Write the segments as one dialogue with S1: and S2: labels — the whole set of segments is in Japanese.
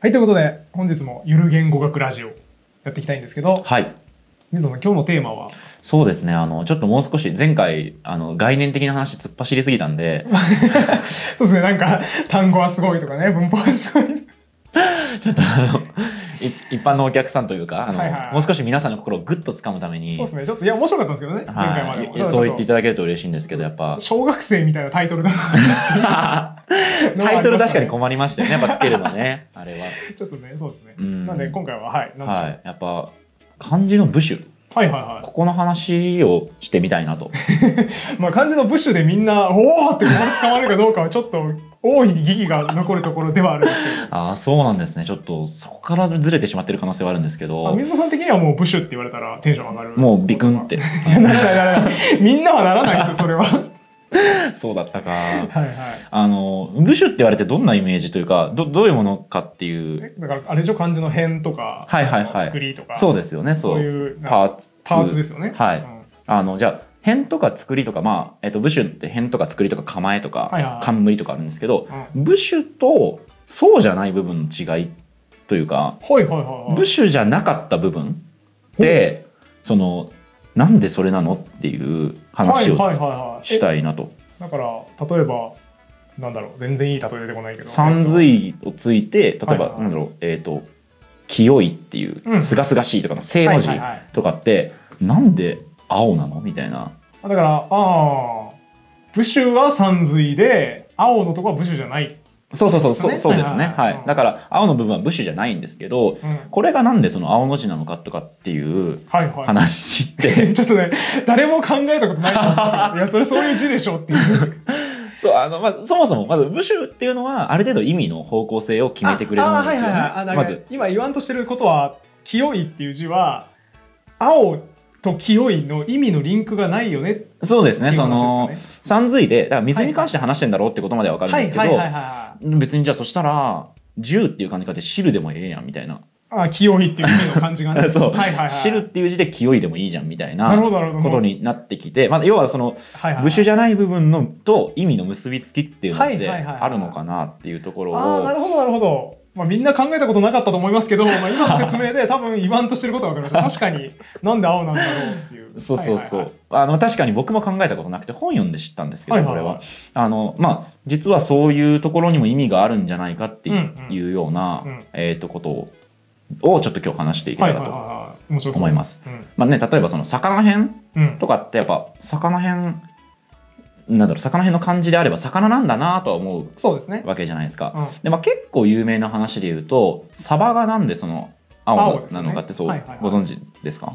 S1: はい、ということで、本日もゆる言語学ラジオやっていきたいんですけど、
S2: はい。
S1: 水野さん、今日のテーマは、
S2: そうですね。あの、ちょっともう少し、前回、あの、概念的な話突っ走りすぎたんで、
S1: そうですね、なんか、 単語はすごいとかね、文法はすごい。
S2: い 一般のお客さんというか、あの、
S1: はいはい
S2: もう少し皆さんの心をぐっと掴むために、
S1: そうですね、ちょっと、いや、面白かったんですけどね、前回ま
S2: は
S1: で
S2: い
S1: も。
S2: いや、そう言ってい
S1: た
S2: ただけると嬉しいんですけど、やっぱ、
S1: 小学生みたいなタイトルだなっていうのはありましたね
S2: タイトル確かに困りましたよね。やっぱつけるのね、あれは。
S1: ちょっとね、そうですね。
S2: うん
S1: なんで、今回は、はい、なんでしょう
S2: はい。やっぱ、漢字の部首、
S1: はいはいは
S2: ここの話をしてみたいな
S1: い。
S2: と。
S1: まあ、漢字の部首でみんな、おおって思いつかまれるかどうかは、ちょっと、大いに疑義が残るところではあるんですけ
S2: ああ、そうなんですね。ちょっと、そこからずれてしまってる可能性はあるんですけ
S1: ど、まあ
S2: ど、
S1: 水野さん的にはもう部首って言われたらテンション上がる。
S2: もうビクンっ。て。
S1: いや、ならないならない。みんなはならないですよ、それは。は
S2: そうだったか。
S1: いはい。
S2: あの、部首って言われてどんなイメージというか、ど、どういうものかっていう。
S1: えだからあれでしょ漢字の辺とか、
S2: はいはいはい
S1: 作りとか
S2: そうですよね、
S1: そ
S2: そうう。
S1: いうなんか
S2: パーツ。
S1: パーツですよね。
S2: はい
S1: うん
S2: あの、じゃあ、辺とか作りとか、まあ、えっと、部首って辺とか作りとか構えと
S1: はいはいは
S2: か
S1: い、
S2: 冠とかあるんですけど、
S1: うん
S2: 部首とそうじゃない部分の違いというか、
S1: はいはいはいはい
S2: 部首じゃなかった部分で、その、なんでそれなのっていう話
S1: は
S2: を
S1: いはいはいはい
S2: したいなと。
S1: えだから例えばなんだろう全然いい例え出てこないけど
S2: 三
S1: えっ
S2: 髄をついて例えば、
S1: はいはい
S2: なんだろうえっ、と「清い」っていう
S1: うん
S2: 「すがすがしい」とかの「正」の字
S1: はいはいはい
S2: とかって、なんで青なのみたいな
S1: とだからああ部首は三髄で青のとこは部首じゃない、
S2: そうそうそうそう,、
S1: ね
S2: そうです
S1: は
S2: ね、
S1: い
S2: は
S1: はい
S2: い
S1: はいうん
S2: だから青の部分は部首じゃないんですけど
S1: うん、はい
S2: これがなんでその青の字なのかとかっていう
S1: は
S2: 話っ
S1: い
S2: て
S1: ちょっとね誰も考えたことないと思うんですけどいやそれそういう字でしょっていう
S2: そうあの、まあ、そもそもまず部首っていうのはある程度意味の方向性を決めてくれるものですよ
S1: あ
S2: ね、
S1: あはいはいはいあなんか
S2: まず
S1: 今言わんとしてることは「清い」っていう字は「青」と「清い」の意味のリンクがないよねって
S2: そうです
S1: い
S2: ね
S1: う
S2: そ
S1: 話ですよ
S2: の
S1: ね。
S2: 三髄でだから水に関して話してんだろうってことまでは分かるんですけど、
S1: は
S2: 別にじゃあそしたら銃っていう感じかって汁でもええやんみたいな、
S1: い。あ清いっていう意味の感じがね。
S2: そう、
S1: はいはいはい。
S2: 汁っていう字で清いでもいいじゃんみたい
S1: なるほ
S2: な
S1: どなるほど。
S2: ことになってきて、まあ、要はその
S1: はいはいはい
S2: 部首じゃない部分のと意味の結びつきっていうのっ
S1: はい
S2: て
S1: はいはいはい
S2: あるのかなっていうところを、
S1: ああなるほどなるほど。まあみんな考えたことなかったと思いますけど、まあ 今の説明で多分言わんとしてることは分かりました。確かになんで青なんだろうっていう。
S2: そうそうそう、
S1: はい
S2: あの確かに僕も考えたことなくて本読んで知ったんですけど、
S1: はいはいはい
S2: これはあのまあ実はそういうところにも意味があるんじゃないかって
S1: うんうん
S2: いうような、
S1: うん
S2: えー、とことををちょっと今日話していけ
S1: は
S2: た
S1: い
S2: ら
S1: はいはい
S2: と
S1: はい。面白そう。
S2: 思います。
S1: うん
S2: まあね、例えばその魚編
S1: うん。
S2: とかってやっぱ魚編なんだろう魚編の漢字であれば魚なんだなとは思
S1: そうですね
S2: う。わけじゃないですか。
S1: うん
S2: でまあ、結構有名な話で言うとサバがなんでその
S1: 青
S2: 青
S1: です
S2: な
S1: ね
S2: のかってそう、
S1: はいはいはい
S2: ご存知ですか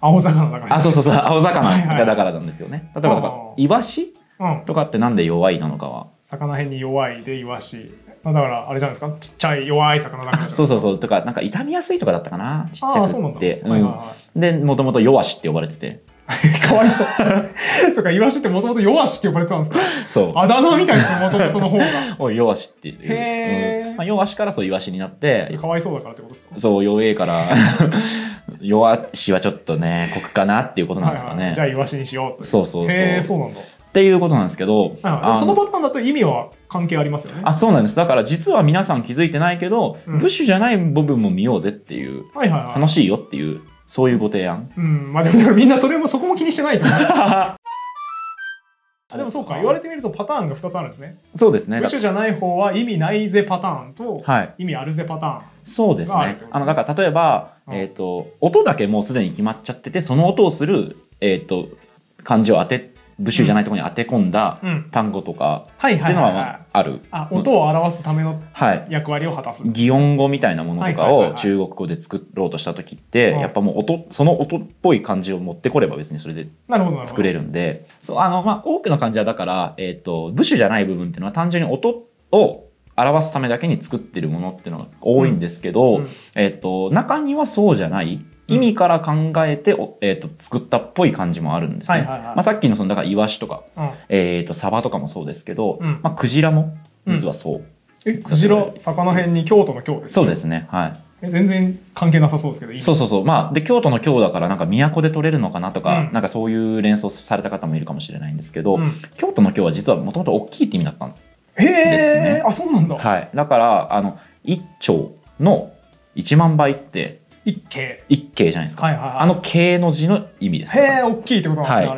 S1: 青魚だから。
S2: あそうそうそう青
S1: はい
S2: 魚
S1: は
S2: が
S1: い
S2: だからなんですよね。例えばだから
S1: あー
S2: イワシ
S1: うん。
S2: とかってなんで弱いなのかは。
S1: 魚辺に弱いでイワシまあだからあれじゃないですかちっちゃい弱い魚だから
S2: あ そううそうそうとかなんか傷みやすいとかだったかなちっち
S1: あ
S2: ゃ
S1: あそうなん
S2: く
S1: だ、
S2: て。
S1: はいはいは
S2: うんでもともと弱しって呼ばれてて
S1: いかわいそうそうかイワシってもともと弱しって呼ばれてたんですか
S2: そう
S1: あだ名みたいですもともとの方 が
S2: 「おい弱し」っていう
S1: へー
S2: うんまあ、弱しからそうイワシになって
S1: かわいそうだからってことですか
S2: そう、弱 えから、弱しはちょっとね、酷かなっていうことなんですか
S1: はいは
S2: ね。
S1: い、じゃあイワシにしようと
S2: そうそうそう。
S1: へえそうなんだ
S2: っていうことなんですけど、
S1: はいはい
S2: あの
S1: そのパターンだと意味は関係ありますよね
S2: あそうなんです。だから実は皆さん気づいてないけど、
S1: うん
S2: ブッシュじゃない部分も見ようぜっていう、
S1: はいはいはい
S2: 楽しいよっていう、そういうご提案。
S1: うんまあでもだからみんなそれもそこも気にしてないと 思うあでもそうか言われてみるとパターンが2つあるんですね
S2: そうですね。
S1: 部首じゃない方は意味ないぜパターンと、
S2: はい。
S1: 意味あるぜパターン
S2: そうです
S1: があるってことです
S2: ね
S1: ね。
S2: あの、だから例えば、
S1: うん
S2: えっ、と、音だけもうすでに決まっちゃってて、その音をする、えっ、と、漢字を当て、ブッシュじゃないところに当て込んだ
S1: うん
S2: 単語とか、
S1: はい
S2: って
S1: はいいうは
S2: の
S1: い、
S2: は
S1: はい
S2: まあある。
S1: あ音を表すための
S2: はい。
S1: 役割を果たす。
S2: 擬音語みたいなものとか
S1: はいはいはいは
S2: を
S1: い
S2: 中国語で作ろうとした時って、
S1: うん
S2: やっぱもう音その音っぽい感じを持ってこれば別にそれで
S1: なるほどなるほど。
S2: 作れ
S1: る。
S2: るんでそうあの、まあ、多くの漢字はだから、えー、と部首じゃない部分っていうのは単純に音を表すためだけに作ってるものっていうのが多いんですけど、
S1: うんうん
S2: えー、と中にはそうじゃない意味から考えて、おえー、と作ったっぽい感じもあるんですね。
S1: はいはいはい
S2: まあ、さっきのそのだからイワシとか、
S1: うん、
S2: えー、とサバとかもそうですけど、
S1: うん
S2: まあ、クジラも実はそう、
S1: えクジラ魚辺に京都の京です。
S2: そうですねはい。
S1: え全然関係なさそうですけど。今
S2: そうそうそう。まあ、で、京都の京だから、なんか都で取れるのかなとか、
S1: うん
S2: なんかそういう連想された方もいるかもしれないんですけど、
S1: うん
S2: 京都の京は実はもともと大きいって意味だったの。
S1: へえ、
S2: ですね
S1: あそうなんだ。
S2: はい。だから、あの、一丁の1万倍って
S1: 一景。
S2: 1形じゃないですか、
S1: はいはいはい
S2: あの形の字の意味ですから
S1: へえ、大きいってことなんですね。
S2: は
S1: あ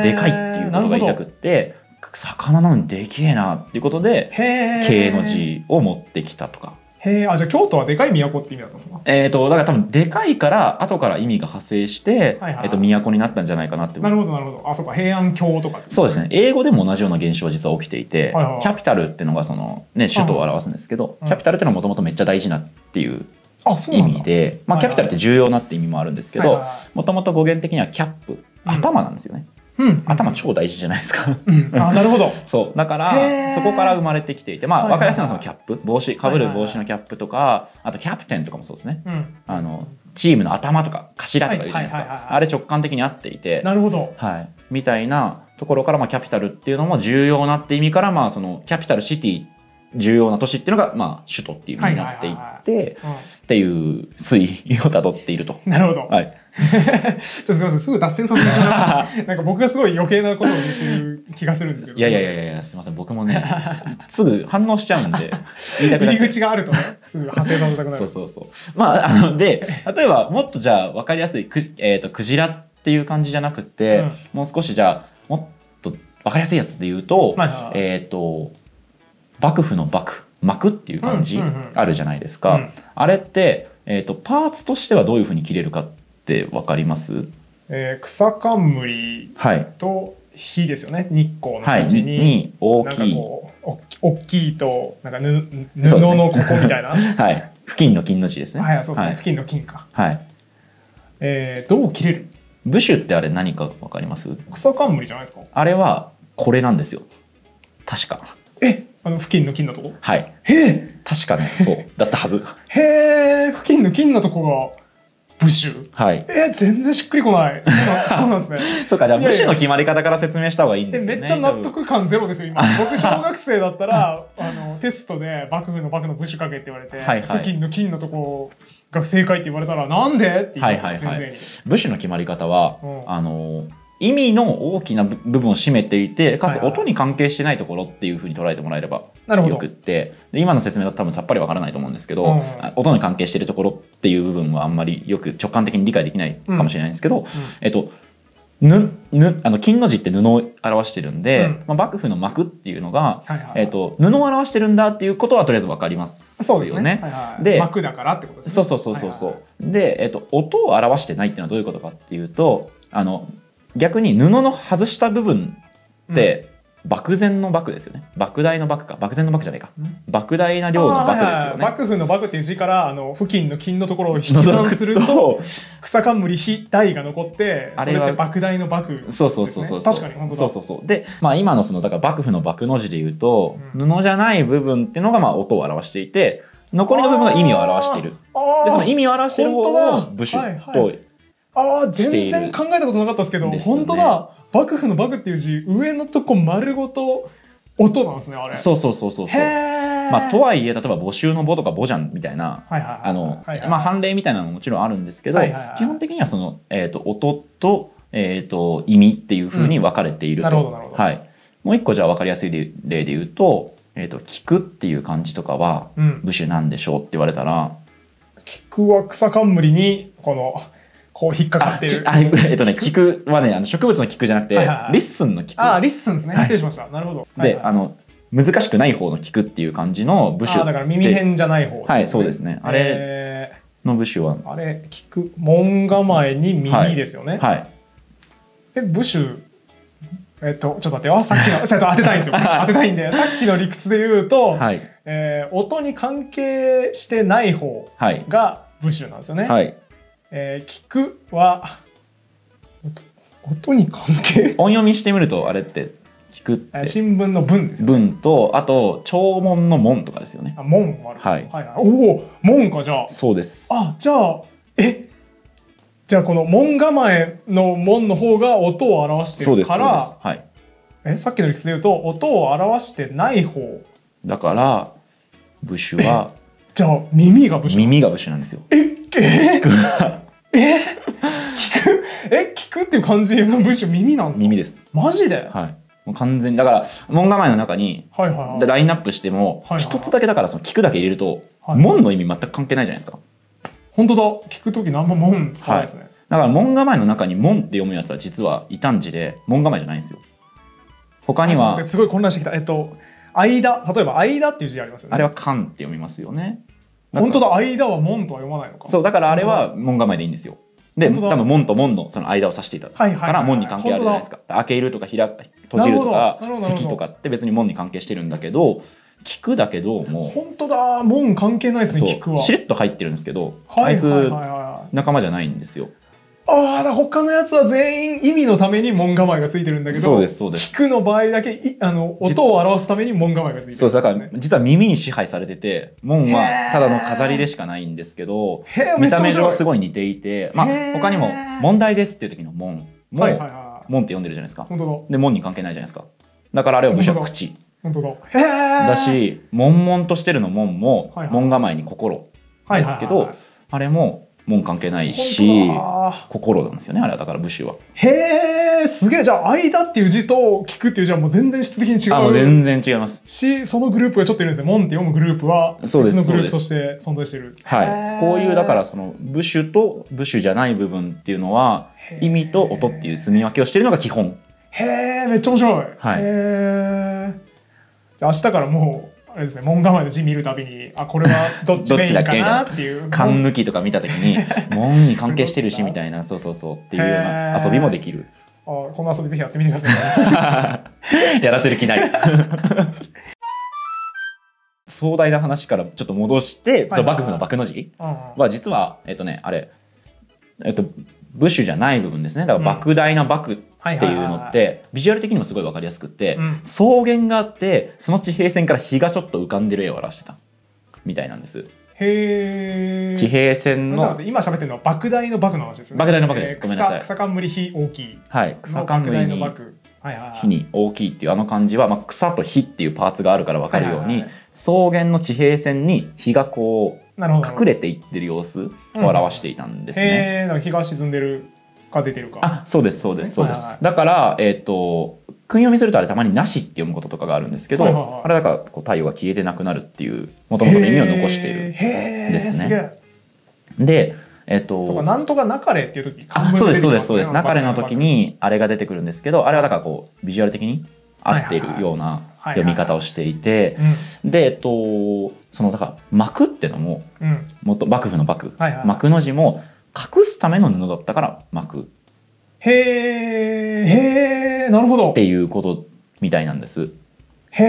S2: い、
S1: れ
S2: K もでかいっていうことが言いたくっ。て魚なのにでけえなっていうことで
S1: へえ。なるほど
S2: K の。字を持ってきたとか。
S1: へえ、あ、じゃあ京都はでかい都って意味だったんですか
S2: えー、とだから多分でかいから後から意味が派生して、
S1: はいはい
S2: えー、と都になったんじゃないかなって
S1: なるほど、なるほど。あ、そうか、平安京とかって
S2: そうですね英語でも同じような現象は実は起きていて、
S1: はいはい
S2: キャピタルっていうのがその、ね、首都を表すんですけど、
S1: うん
S2: キャピタルっていうのはもともとめっちゃ大事なっていう
S1: あ、そう
S2: 意
S1: なんだ。
S2: 味で、まあ、
S1: はい
S2: キ
S1: は
S2: ャ
S1: い
S2: ピタルって重要なって意味もあるんですけ
S1: はい
S2: ど
S1: は
S2: もともと語源的にはキャップ頭なんですよね、
S1: いはい、うん。
S2: 頭超大事じゃないですか。
S1: うん。あ、なるほど。
S2: そうだか
S1: へー
S2: らそこから生まれてきていてまあ
S1: はい
S2: 分
S1: はいは
S2: か
S1: い
S2: りやすいのはそのキャップ帽子かぶる帽子のキャップとかあとキャプテンとかもそうですね
S1: うん。
S2: あのチームの頭とか頭とか言うじゃないです
S1: はいはいはいは
S2: か
S1: い
S2: あれ直感的に合っていて、
S1: なるほど。
S2: はい、みたいなところからまあキャピタルっていうのも重要なって意味からまあそのキャピタルシティ重要な都市っていうのがまあ首都っていう意味になっていってっていう推移をたどっていると。
S1: うん、なるほど。
S2: はい、
S1: ちょっとすみません、すぐ脱線させてしまっ た。なんか僕がすごい余計なことを言ってる気がするんですけど。
S2: いやいやいやいやすいません僕も ねすぐ反応しちゃうんで言いたくなっ
S1: 入
S2: ちゃう
S1: り口があるとね、すぐ派生させたくな
S2: そう
S1: る。
S2: そうそう。まあ、あの、で、例えば、もっとじゃあ、わかりやすい、く、えっ、と、クジラっていう感じじゃなくて、
S1: うん
S2: もう少しじゃあ、もっとわかりやすいやつで言うと、
S1: はいはいはい
S2: えっ、と、幕府の幕、幕っていう感じ
S1: うんうんうん
S2: あるじゃないですか。
S1: うん
S2: あれって、えっ、と、パーツとしてはどういうふうに切れるかってわかります
S1: えー、草冠
S2: はい。
S1: と火ですよね、日光の
S2: はい。
S1: 感じ
S2: に、
S1: に。
S2: に大
S1: なんか
S2: きい。
S1: こうおっき大きいとなんかぬ布
S2: そうですね
S1: のここみ たいな、
S2: はい。付近の金の字ですね。
S1: はいそうですね、
S2: はい
S1: 付近の金か、
S2: はい。
S1: えー、どう切れる
S2: 部首ってあれ何かわかります
S1: 草冠じゃないですか
S2: あれは、これなんですよ。確か。
S1: えあの付近の金のとこ
S2: はい。
S1: へえ
S2: 確かね、そう、だったはず。
S1: へえ付近の金のとこが武州
S2: はい。
S1: えー、全然しっくりこないそうなそうなんですね
S2: そうか、じゃあ、
S1: いやい
S2: 部
S1: や
S2: 首の決まり方から説明した方がいいんで
S1: え
S2: すよね。
S1: めっちゃ納
S2: 多分。
S1: 得感ゼロです よ今僕小学生だったらあのテストで幕府の幕の武士かけって言われて、
S2: はいはい
S1: 付近の金のとこが正解って言われたらなんでって言いますよ、
S2: はいはいはい
S1: 先
S2: 部首の決まり方は
S1: う、ん
S2: あの、意味の大きな部部分を占めていて、かつ
S1: はいはい
S2: 音に関係してないところっていうふうに捉えてもらえれば
S1: なるほど
S2: よくって、で今の説明だと多分さっぱりわからないと思うんですけど、
S1: うん
S2: あ音に関係しているところっていう部分はあんまりよく直感的に理解できないかもしれないんですけど、えっと、ぬ、ぬ、あの、金の字って布を表してるんで、
S1: うん
S2: まあ、幕府の幕っていうのが、
S1: 生に、はいはいはい
S2: えっと布を表してるんだっていうことはとりあえず分かります
S1: そうです
S2: よ
S1: ね。
S2: ね。
S1: はいはい
S2: で
S1: 幕だからってことですね。
S2: そうそうそうそうそう。
S1: はい
S2: で、えっと、音を表してないっていうのはどういうことかっていうとあの逆に布の外した部分って、漠然の漠ですよね。莫大の漠か漠然の漠じゃないか
S1: うん
S2: 莫大な
S1: はい
S2: 量の
S1: あー
S2: 漠で
S1: はい
S2: す
S1: はい
S2: よね。
S1: 幕府の幕っていう字からあの付近の金のところを引き 算すると
S2: 覗く
S1: 草冠非大が残って
S2: あ
S1: そ
S2: れ
S1: れっ
S2: は
S1: て莫大の幕です、ね、
S2: そうそうそうそうそう、
S1: 確かに本当だ
S2: そうそうそうで、まあ、今のそのだから幕府の幕の字で言うと、
S1: う
S2: 布じゃない部分っていうのがまあ音を表していて残りの部分が意味を表している
S1: あ
S2: でその
S1: ー
S2: 意味を表してる
S1: 本
S2: 方
S1: 当だ
S2: を部首
S1: はいはい
S2: と
S1: あー
S2: してい
S1: 全
S2: る
S1: 然考えたことなかったですけど
S2: ですよね
S1: 本当だ幕府の幕っていう字上のとこ丸ごと音なんですねあれ
S2: そうそうそうそうそう
S1: へ。え
S2: まあ、とはいえ例えば募集の母とか母じゃんみたいな
S1: はいはいはい
S2: あの、
S1: はいはい
S2: まあ、判例みたいなのももちろんあるんですけど、
S1: はいはいはい
S2: 基本的にはその、えー、と音と,、えー、と意味っていうふうに分かれていると、
S1: うんなるほどなるほど
S2: はい、もう一個じゃあ分かりやすい例で言うと,、えー、と聞くっていう漢字とかは
S1: うん
S2: 部首なんでしょうって言われたら、
S1: 菊は草冠にこのこう引っかか
S2: あ
S1: って
S2: き
S1: る
S2: あえっ、 とね聞くはねあの植物の聞くじゃなくて、
S1: はいはいはい
S2: リッスンの聞く
S1: あーリッスンですね
S2: はい
S1: 失礼しました、なるほど
S2: で、
S1: はいはい
S2: あの難しくない方の聞くっていう漢字の部
S1: あ
S2: 首
S1: ーだから耳
S2: で
S1: 辺じゃない方ですね
S2: はいそうですねあれ
S1: え
S2: の部首は、
S1: ーあれ聞く門構えに耳ですよね、
S2: はい、
S1: え部首えっとちょっと待ってよさっきのちょっと当てたいんですよ当てたいんでさっきの理屈で言うと、
S2: はい
S1: えー音に関係してない方
S2: はい
S1: が部首なんですよね、
S2: はい
S1: えー聞くは音音に関係
S2: 音読みしてみるとあれって聞くっ
S1: えー
S2: て
S1: 新聞の文ですよ
S2: 文とあと弔問の門とかですよね
S1: あ門もある、
S2: はい
S1: はいはい、おお門かじゃあ
S2: そうです
S1: あじゃあえじゃあこの門構えの門の方が音を表して
S2: そうで
S1: るか
S2: すそうです
S1: ら
S2: はい
S1: えさっきの理屈で言うと音を表してない方
S2: だから部 首は
S1: じゃあ耳が部首
S2: 耳が部首なんですよ
S1: ええええ聞くえ聞くっていう感じの部首 耳なんですか
S2: 耳です
S1: マジで、はい、
S2: はいもう完全にだから門構えの中に
S1: はいはい
S2: ラインナップしても
S1: はいはい
S2: 一つだけだからその聞くだけ入れると
S1: はい
S2: 門の意味全く関係ないじゃないですか
S1: 本当だ聞く時何も門使わないですね、
S2: だから門構えの中に門って読むやつは実は異端児で門構えじゃないんですよ他に
S1: あちょっと
S2: は
S1: 待ってすごい混乱してきたえっと間例えば間っていう字ありますよね
S2: あれは漢って読みますよね
S1: 本当だ間は門とは読まないのか
S2: そうだからあれは門構えでいいんですよで
S1: 本当だ
S2: 多分門と門のその間を指していた
S1: はいはい
S2: か
S1: はい
S2: ら門に関係あるじゃないですか開けるとか開く閉じるとか
S1: なるほどなるほどなるほど
S2: 咳とかって別に門に関係してるんだけど聞くだけども
S1: 本当だ門関係ないです
S2: そ
S1: ね聞く
S2: う
S1: は
S2: しれっと入ってるんですけどあ
S1: はいいはい
S2: つ
S1: はいはい
S2: 仲間じゃないんですよ
S1: ああだから他のやつは全員意味のために門構えがついてるんだけど
S2: そうですそうです
S1: 聞くの場合だけいあの
S2: 実
S1: 音を表すために門構えがついてるんです、ね、
S2: そうですだから実は耳に支配されてて門はただの飾りでしかないんですけど
S1: へえめ
S2: 見
S1: っちゃ
S2: た
S1: 面
S2: 目上
S1: 白い
S2: はすごい似ていて、まあ
S1: へ、ー
S2: 他にも「問題です」っていう時の門も、
S1: はいはいはい
S2: 門って読んでるじゃないですか
S1: 本当だ
S2: で門に関係ないじゃないですかだからあれはむしろ口
S1: 本当だへえ
S2: だし悶々としてるの門も
S1: はいはい
S2: 門構えに心ですけどあれも門関係ないし
S1: 本当だ
S2: 心なんですよねあれはだから武士は
S1: へえすげえじゃあ間っていう字と聞くっていう字はもう全然質的に違
S2: あもう
S1: う
S2: 全然違います
S1: しそのグループがちょっといるんですね門って読むグループは別
S2: そうです
S1: のグループ
S2: そ
S1: と
S2: うで
S1: して存在してる
S2: はい、こういうだかららその部首と部首じゃない部分っていうのは意味と音っていう住み分けをしてるのが基本
S1: へえめっちゃ面白い、
S2: はい
S1: へえじゃあ明日からもうあれですね門構えの字見るたびにあこれはどっちメインかなって いう
S2: 勘抜きとか見た時 に門に関係してるしみたいなそうそうそうっていうよう
S1: へ
S2: な
S1: ー
S2: 遊びもできる
S1: あこの遊びぜひやってみてくださ い
S2: やらせる気 ない壮大な話からちょっと戻して、その幕府の幕の字
S1: うんうん
S2: は実はえっとねあれえっと部首じゃない部分ですねだから莫大な幕っていうのってビジュアル的にもすごい分かりやすくって、
S1: うん
S2: 草原があってその地平線から日がちょっと浮かんでる絵を表してたみたいなんです
S1: へえ
S2: 地平線
S1: ちょっと待
S2: の、
S1: って今喋ってるのは莫大の莫の話ですね
S2: 莫大の莫です
S1: ー
S2: ごめんなさい
S1: 草草冠非大きい
S2: はい、
S1: そ
S2: 草
S1: の莫
S2: 冠
S1: 大の
S2: に
S1: 莫はいはいはい
S2: 火に大きいっていうあの感じは、まあ、草と火っていうパーツがあるから分かるよう
S1: はい
S2: に
S1: はいはい
S2: 草原の地平線に日がこう
S1: なるほど
S2: 隠れていってる様子を表していたんですね。
S1: へえなんか日が沈んでるか出てるか
S2: あそうですそうですそうで
S1: はい
S2: す
S1: はい。
S2: だから、えっと訓読みするとあれたまに「なし」って読むこととかがあるんですけど、
S1: はいはいはい
S2: あれだからこう太陽が消えてなくなるっていうもともとの意味を残しているん
S1: へー
S2: で
S1: へー
S2: す
S1: げ
S2: ね。
S1: え
S2: で、えっと
S1: そうかなんとかなかれっていう時
S2: あそうですそうですそうです流れの時
S1: に
S2: にあれが出てくるんですけどあれはだからこうビジュアル的に合っているよ
S1: はいは
S2: うな
S1: いはいはいはい
S2: 読み方をしていてでえっとそのだから幕ってのも
S1: うんうん
S2: 元幕府の幕、
S1: はいはい
S2: 幕の字も隠すための布だったから幕っ
S1: へえへえなるほど
S2: ていうことみたいなんです。
S1: へ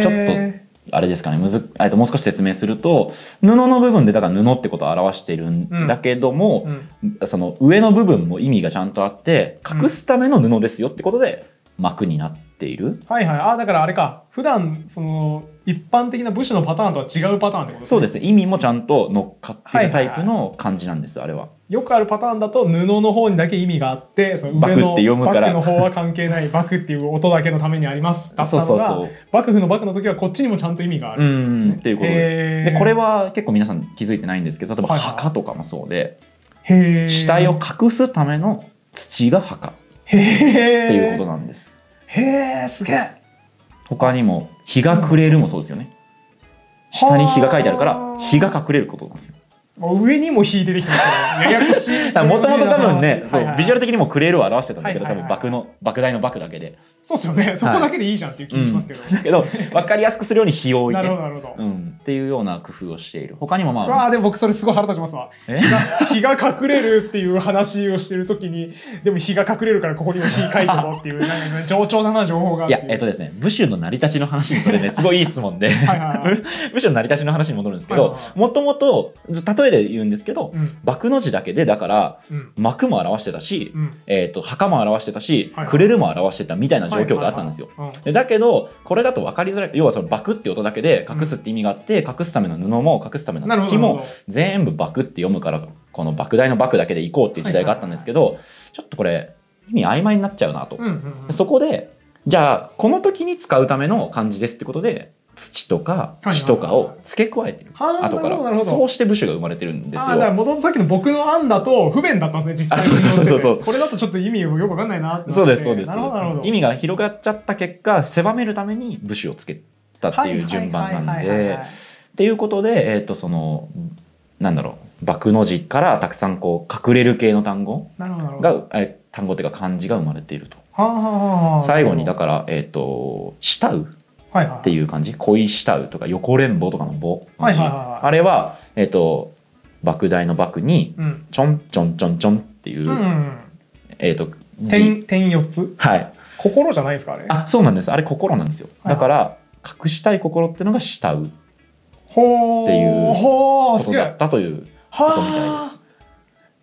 S1: え
S2: ちょっあれですかねむずえっともう少し説明すると布の部分でだから布ってことを表しているんだけども、
S1: うん
S2: その上の部分も意味がちゃんとあって隠すための布ですよってことで幕になっている、
S1: はいはいあだからあれか普段その一般的な武士のパターンとは違うパターンってこと
S2: そうですすね意味もちゃんと乗っかってるタイプの感じなんです、あれは。
S1: よくあるパターンだと布の方にだけ意味があってその上
S2: 幕って
S1: の
S2: 読むから
S1: 幕の方は関係ない幕っていう音だけのためにありますだった
S2: そうそ
S1: の
S2: うそ
S1: が
S2: う
S1: 幕府の幕の時はこっちにもちゃんと意味があ
S2: う
S1: る、
S2: んっていうことです。
S1: へー
S2: でこれは結構皆さん気づいてないんですけど例えば
S1: はいはい
S2: 墓とかもそうで、
S1: へえ
S2: 死体を隠すための土が墓っ
S1: へえ
S2: ていうことなんです。
S1: へえすげえ
S2: 他にも「日が暮れる」もそうですよね下に「日が書いてあるから
S1: はあ
S2: 「日が隠れる」ことなんですよ
S1: もう上にも引いてできてますからややこし い
S2: もともと多分ねそうビジ
S1: ル
S2: ュアル的にも「暮れる」を表してたんだけど
S1: は
S2: 多
S1: いはい
S2: 分
S1: はい
S2: 幕の莫大の幕だけで
S1: そうですよねそこだけでいいじゃんっていう気にしますけど、
S2: だけど分かりやすくするように「日を置い
S1: な
S2: て
S1: るほどなるほど、
S2: うんっていうような工夫をしている他にも
S1: うわ
S2: まあ
S1: あでも僕それすごい腹立ちますわ
S2: え
S1: 日が日が隠れるっていう話をしてるときにでも日が隠れるからここにも日書いてろっていうなんか、ね、冗長だな情報が
S2: いやえっとですね武州の成り立ちの話にそ れねすごいいい質問
S1: は
S2: で
S1: いはいは
S2: 武州の成り立ちの話に戻るんですけ
S1: は
S2: ど
S1: いはいはい
S2: もともと例えで言うんですけど
S1: うん
S2: 幕の字だけでだから
S1: うん
S2: 幕も表してたし
S1: うん
S2: えー、と墓も表してたし、
S1: はいはい
S2: くれるも表してたみたいな状況があったんですよ。
S1: はいはいはい
S2: でだけどこれだと分かりづらい要はその「バク」って音だけで隠すって意味があって、隠すための布も隠すための
S1: なるほど
S2: 土
S1: なる
S2: も
S1: ほど
S2: 全部「バク」って読むからこの「莫大の「バク」だけで行こうっていう時代があったんですけど、ちょっとこれ意味曖昧になっちゃうなと。
S1: うんうんうん
S2: そこでじゃあこの時に使うための漢字ですってことで土とか
S1: はいはい
S2: 火とかを付け加えてる、
S1: はあ
S2: 後か
S1: なるほどなるほ
S2: ら
S1: ど
S2: そうして部首が生まれてるんですよ。
S1: あーだから元々さっきの僕の案だと不便だったんですね実際に
S2: あそうそうそ
S1: 利用
S2: うそう
S1: しててこれだとちょっと意味よくわかんないなってなって
S2: そうですそうです
S1: なるほどなるほど
S2: 意味が広がっちゃった結果狭めるためが広がっちゃった結果狭めるために武士をつけたっていう順番なん
S1: はいはいはい
S2: で
S1: はい
S2: っていうことで、えっとそのなんだろう幕の字からたくさんこう隠れる系の単語
S1: なるほどなるほど。
S2: がえ単語っていうか漢字が生まれていると。
S1: はあはあはあ
S2: 最後にだ
S1: か
S2: から、えっと慕う
S1: ら、はいはい、
S2: っていう感じ恋慕うとか横連棒とかの棒、
S1: はいはいはいはい
S2: あれは、えっと莫大の莫に
S1: うん。
S2: ちょんちょんちょんちょんっていう、
S1: うんうん
S2: えっと
S1: うん。
S2: 字
S1: 点、点四つ
S2: はい
S1: 心じゃないですか、あれ。
S2: あそうなんですあれ心なんですよ、
S1: はいはい
S2: だから隠したい心っていうのが慕う
S1: ほー。
S2: っていう
S1: ほー、
S2: こ
S1: す
S2: と
S1: げえ。
S2: だ
S1: は
S2: ったということみたいです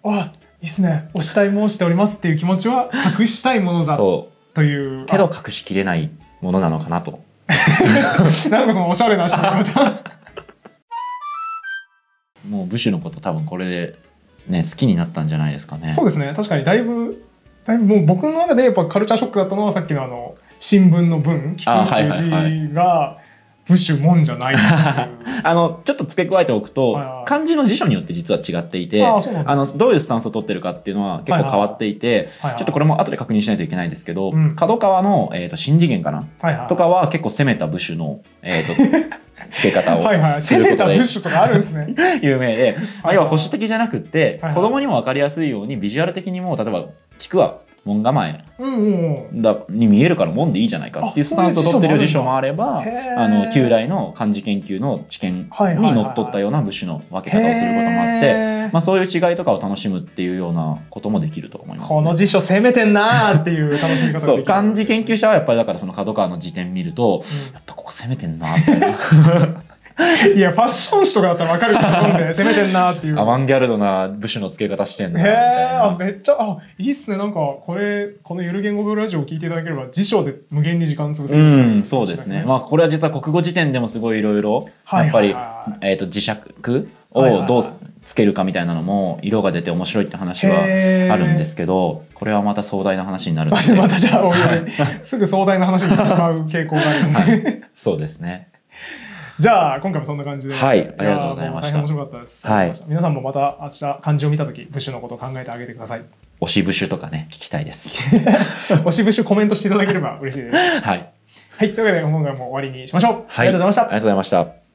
S1: あ。あ、いいっすね。お慕い申しておりますっていう気持ちは、隠したいものだ
S2: そ
S1: という。
S2: うけど隠しきれないものなのかなと
S1: あ、なんすかそのおしゃれな仕方。
S2: もう武士のこと多分これでね好きになったんじゃないですか ね
S1: そうですね。確かにだいぶ、だいぶもう僕の中でやっぱカルチャーショックだったのはさっきのあの、新聞の文、聞
S2: あ
S1: くって
S2: はい
S1: いう
S2: はいはい
S1: 字が、ブッシュもんじゃない っていう。
S2: あのちょっと付け加えておくと、
S1: はいはい
S2: 漢字の辞書によって実は違っていて
S1: ああそうなんだ
S2: のどういうスタンスを取ってるかっていうのは結構変わっていて、
S1: はいはい
S2: ちょっとこれも後で確認しないといけないんですけど、
S1: うん
S2: 角川の、えー、と新次元かな、
S1: はいはい
S2: とかは結構攻めた武士の、えー、と付け方を
S1: はいはい。
S2: す
S1: 攻
S2: るこ
S1: め
S2: とで
S1: たブッシュとかあるんです ね。
S2: 有名で、まあ
S1: はいはい
S2: 要は保守的じゃなくて、
S1: はいはい
S2: 子供にも分かりやすいようにビジュアル的にも例えば聞くは門構え
S1: うんうんうん。
S2: だに見えるから門でいいじゃないかっていう
S1: あ
S2: スタンスを取ってる辞書もあれば
S1: そういう辞書もあ
S2: あ
S1: るんだへー
S2: の旧来の漢字研究の知見にのっとったような武士の分け方をすることもあって、
S1: へー
S2: まあ、そういう違いとかを楽しむっていうようなこともできると思います、
S1: この辞書攻めてんなーっていう楽しみ方ができる
S2: そう漢字研究者はやっぱりだからその角川の辞典見ると、やっぱここ攻めてんなみたい な
S1: いやファッション誌とかだったら分かると思うん で攻めてんなーっていう
S2: アバンギャルドな武士の付け方してんな
S1: へ
S2: みたい
S1: え
S2: な。
S1: めっちゃあいいっすねなんかこれこのゆる言語ブラジオを聞いていただければ辞書で無限に時間潰せ
S2: う
S1: る、
S2: ん、そうですね。まあ、これは実は国語辞典でもすごいいろいろ、
S1: はい
S2: やっぱり、
S1: はいはい
S2: えっ、と、磁石
S1: はいはいは
S2: を
S1: い
S2: どうつけるかみたいなのも、色が出て面白いって話は
S1: へー
S2: あるんですけど、これはまた壮大な話になる
S1: そ
S2: の
S1: して
S2: で、
S1: またじゃあおいおいすぐ壮大な話になってしまう傾向があるので、
S2: そうですね。
S1: じゃあ今回もそんな感じでは
S2: はいありがとうございました
S1: 大変面白かったです、
S2: はい
S1: 皆さんもまた明日漢字を見た時ブッシュのことを考えてあげてくだ さい
S2: 推し節とかね、聞きた いです。
S1: 推しブッシュコメントしていただければ嬉しいです
S2: はい。
S1: はい、というわけで今回も終わりにしましょう。
S2: はい。
S1: ありがとうございました
S2: ありがとうございました。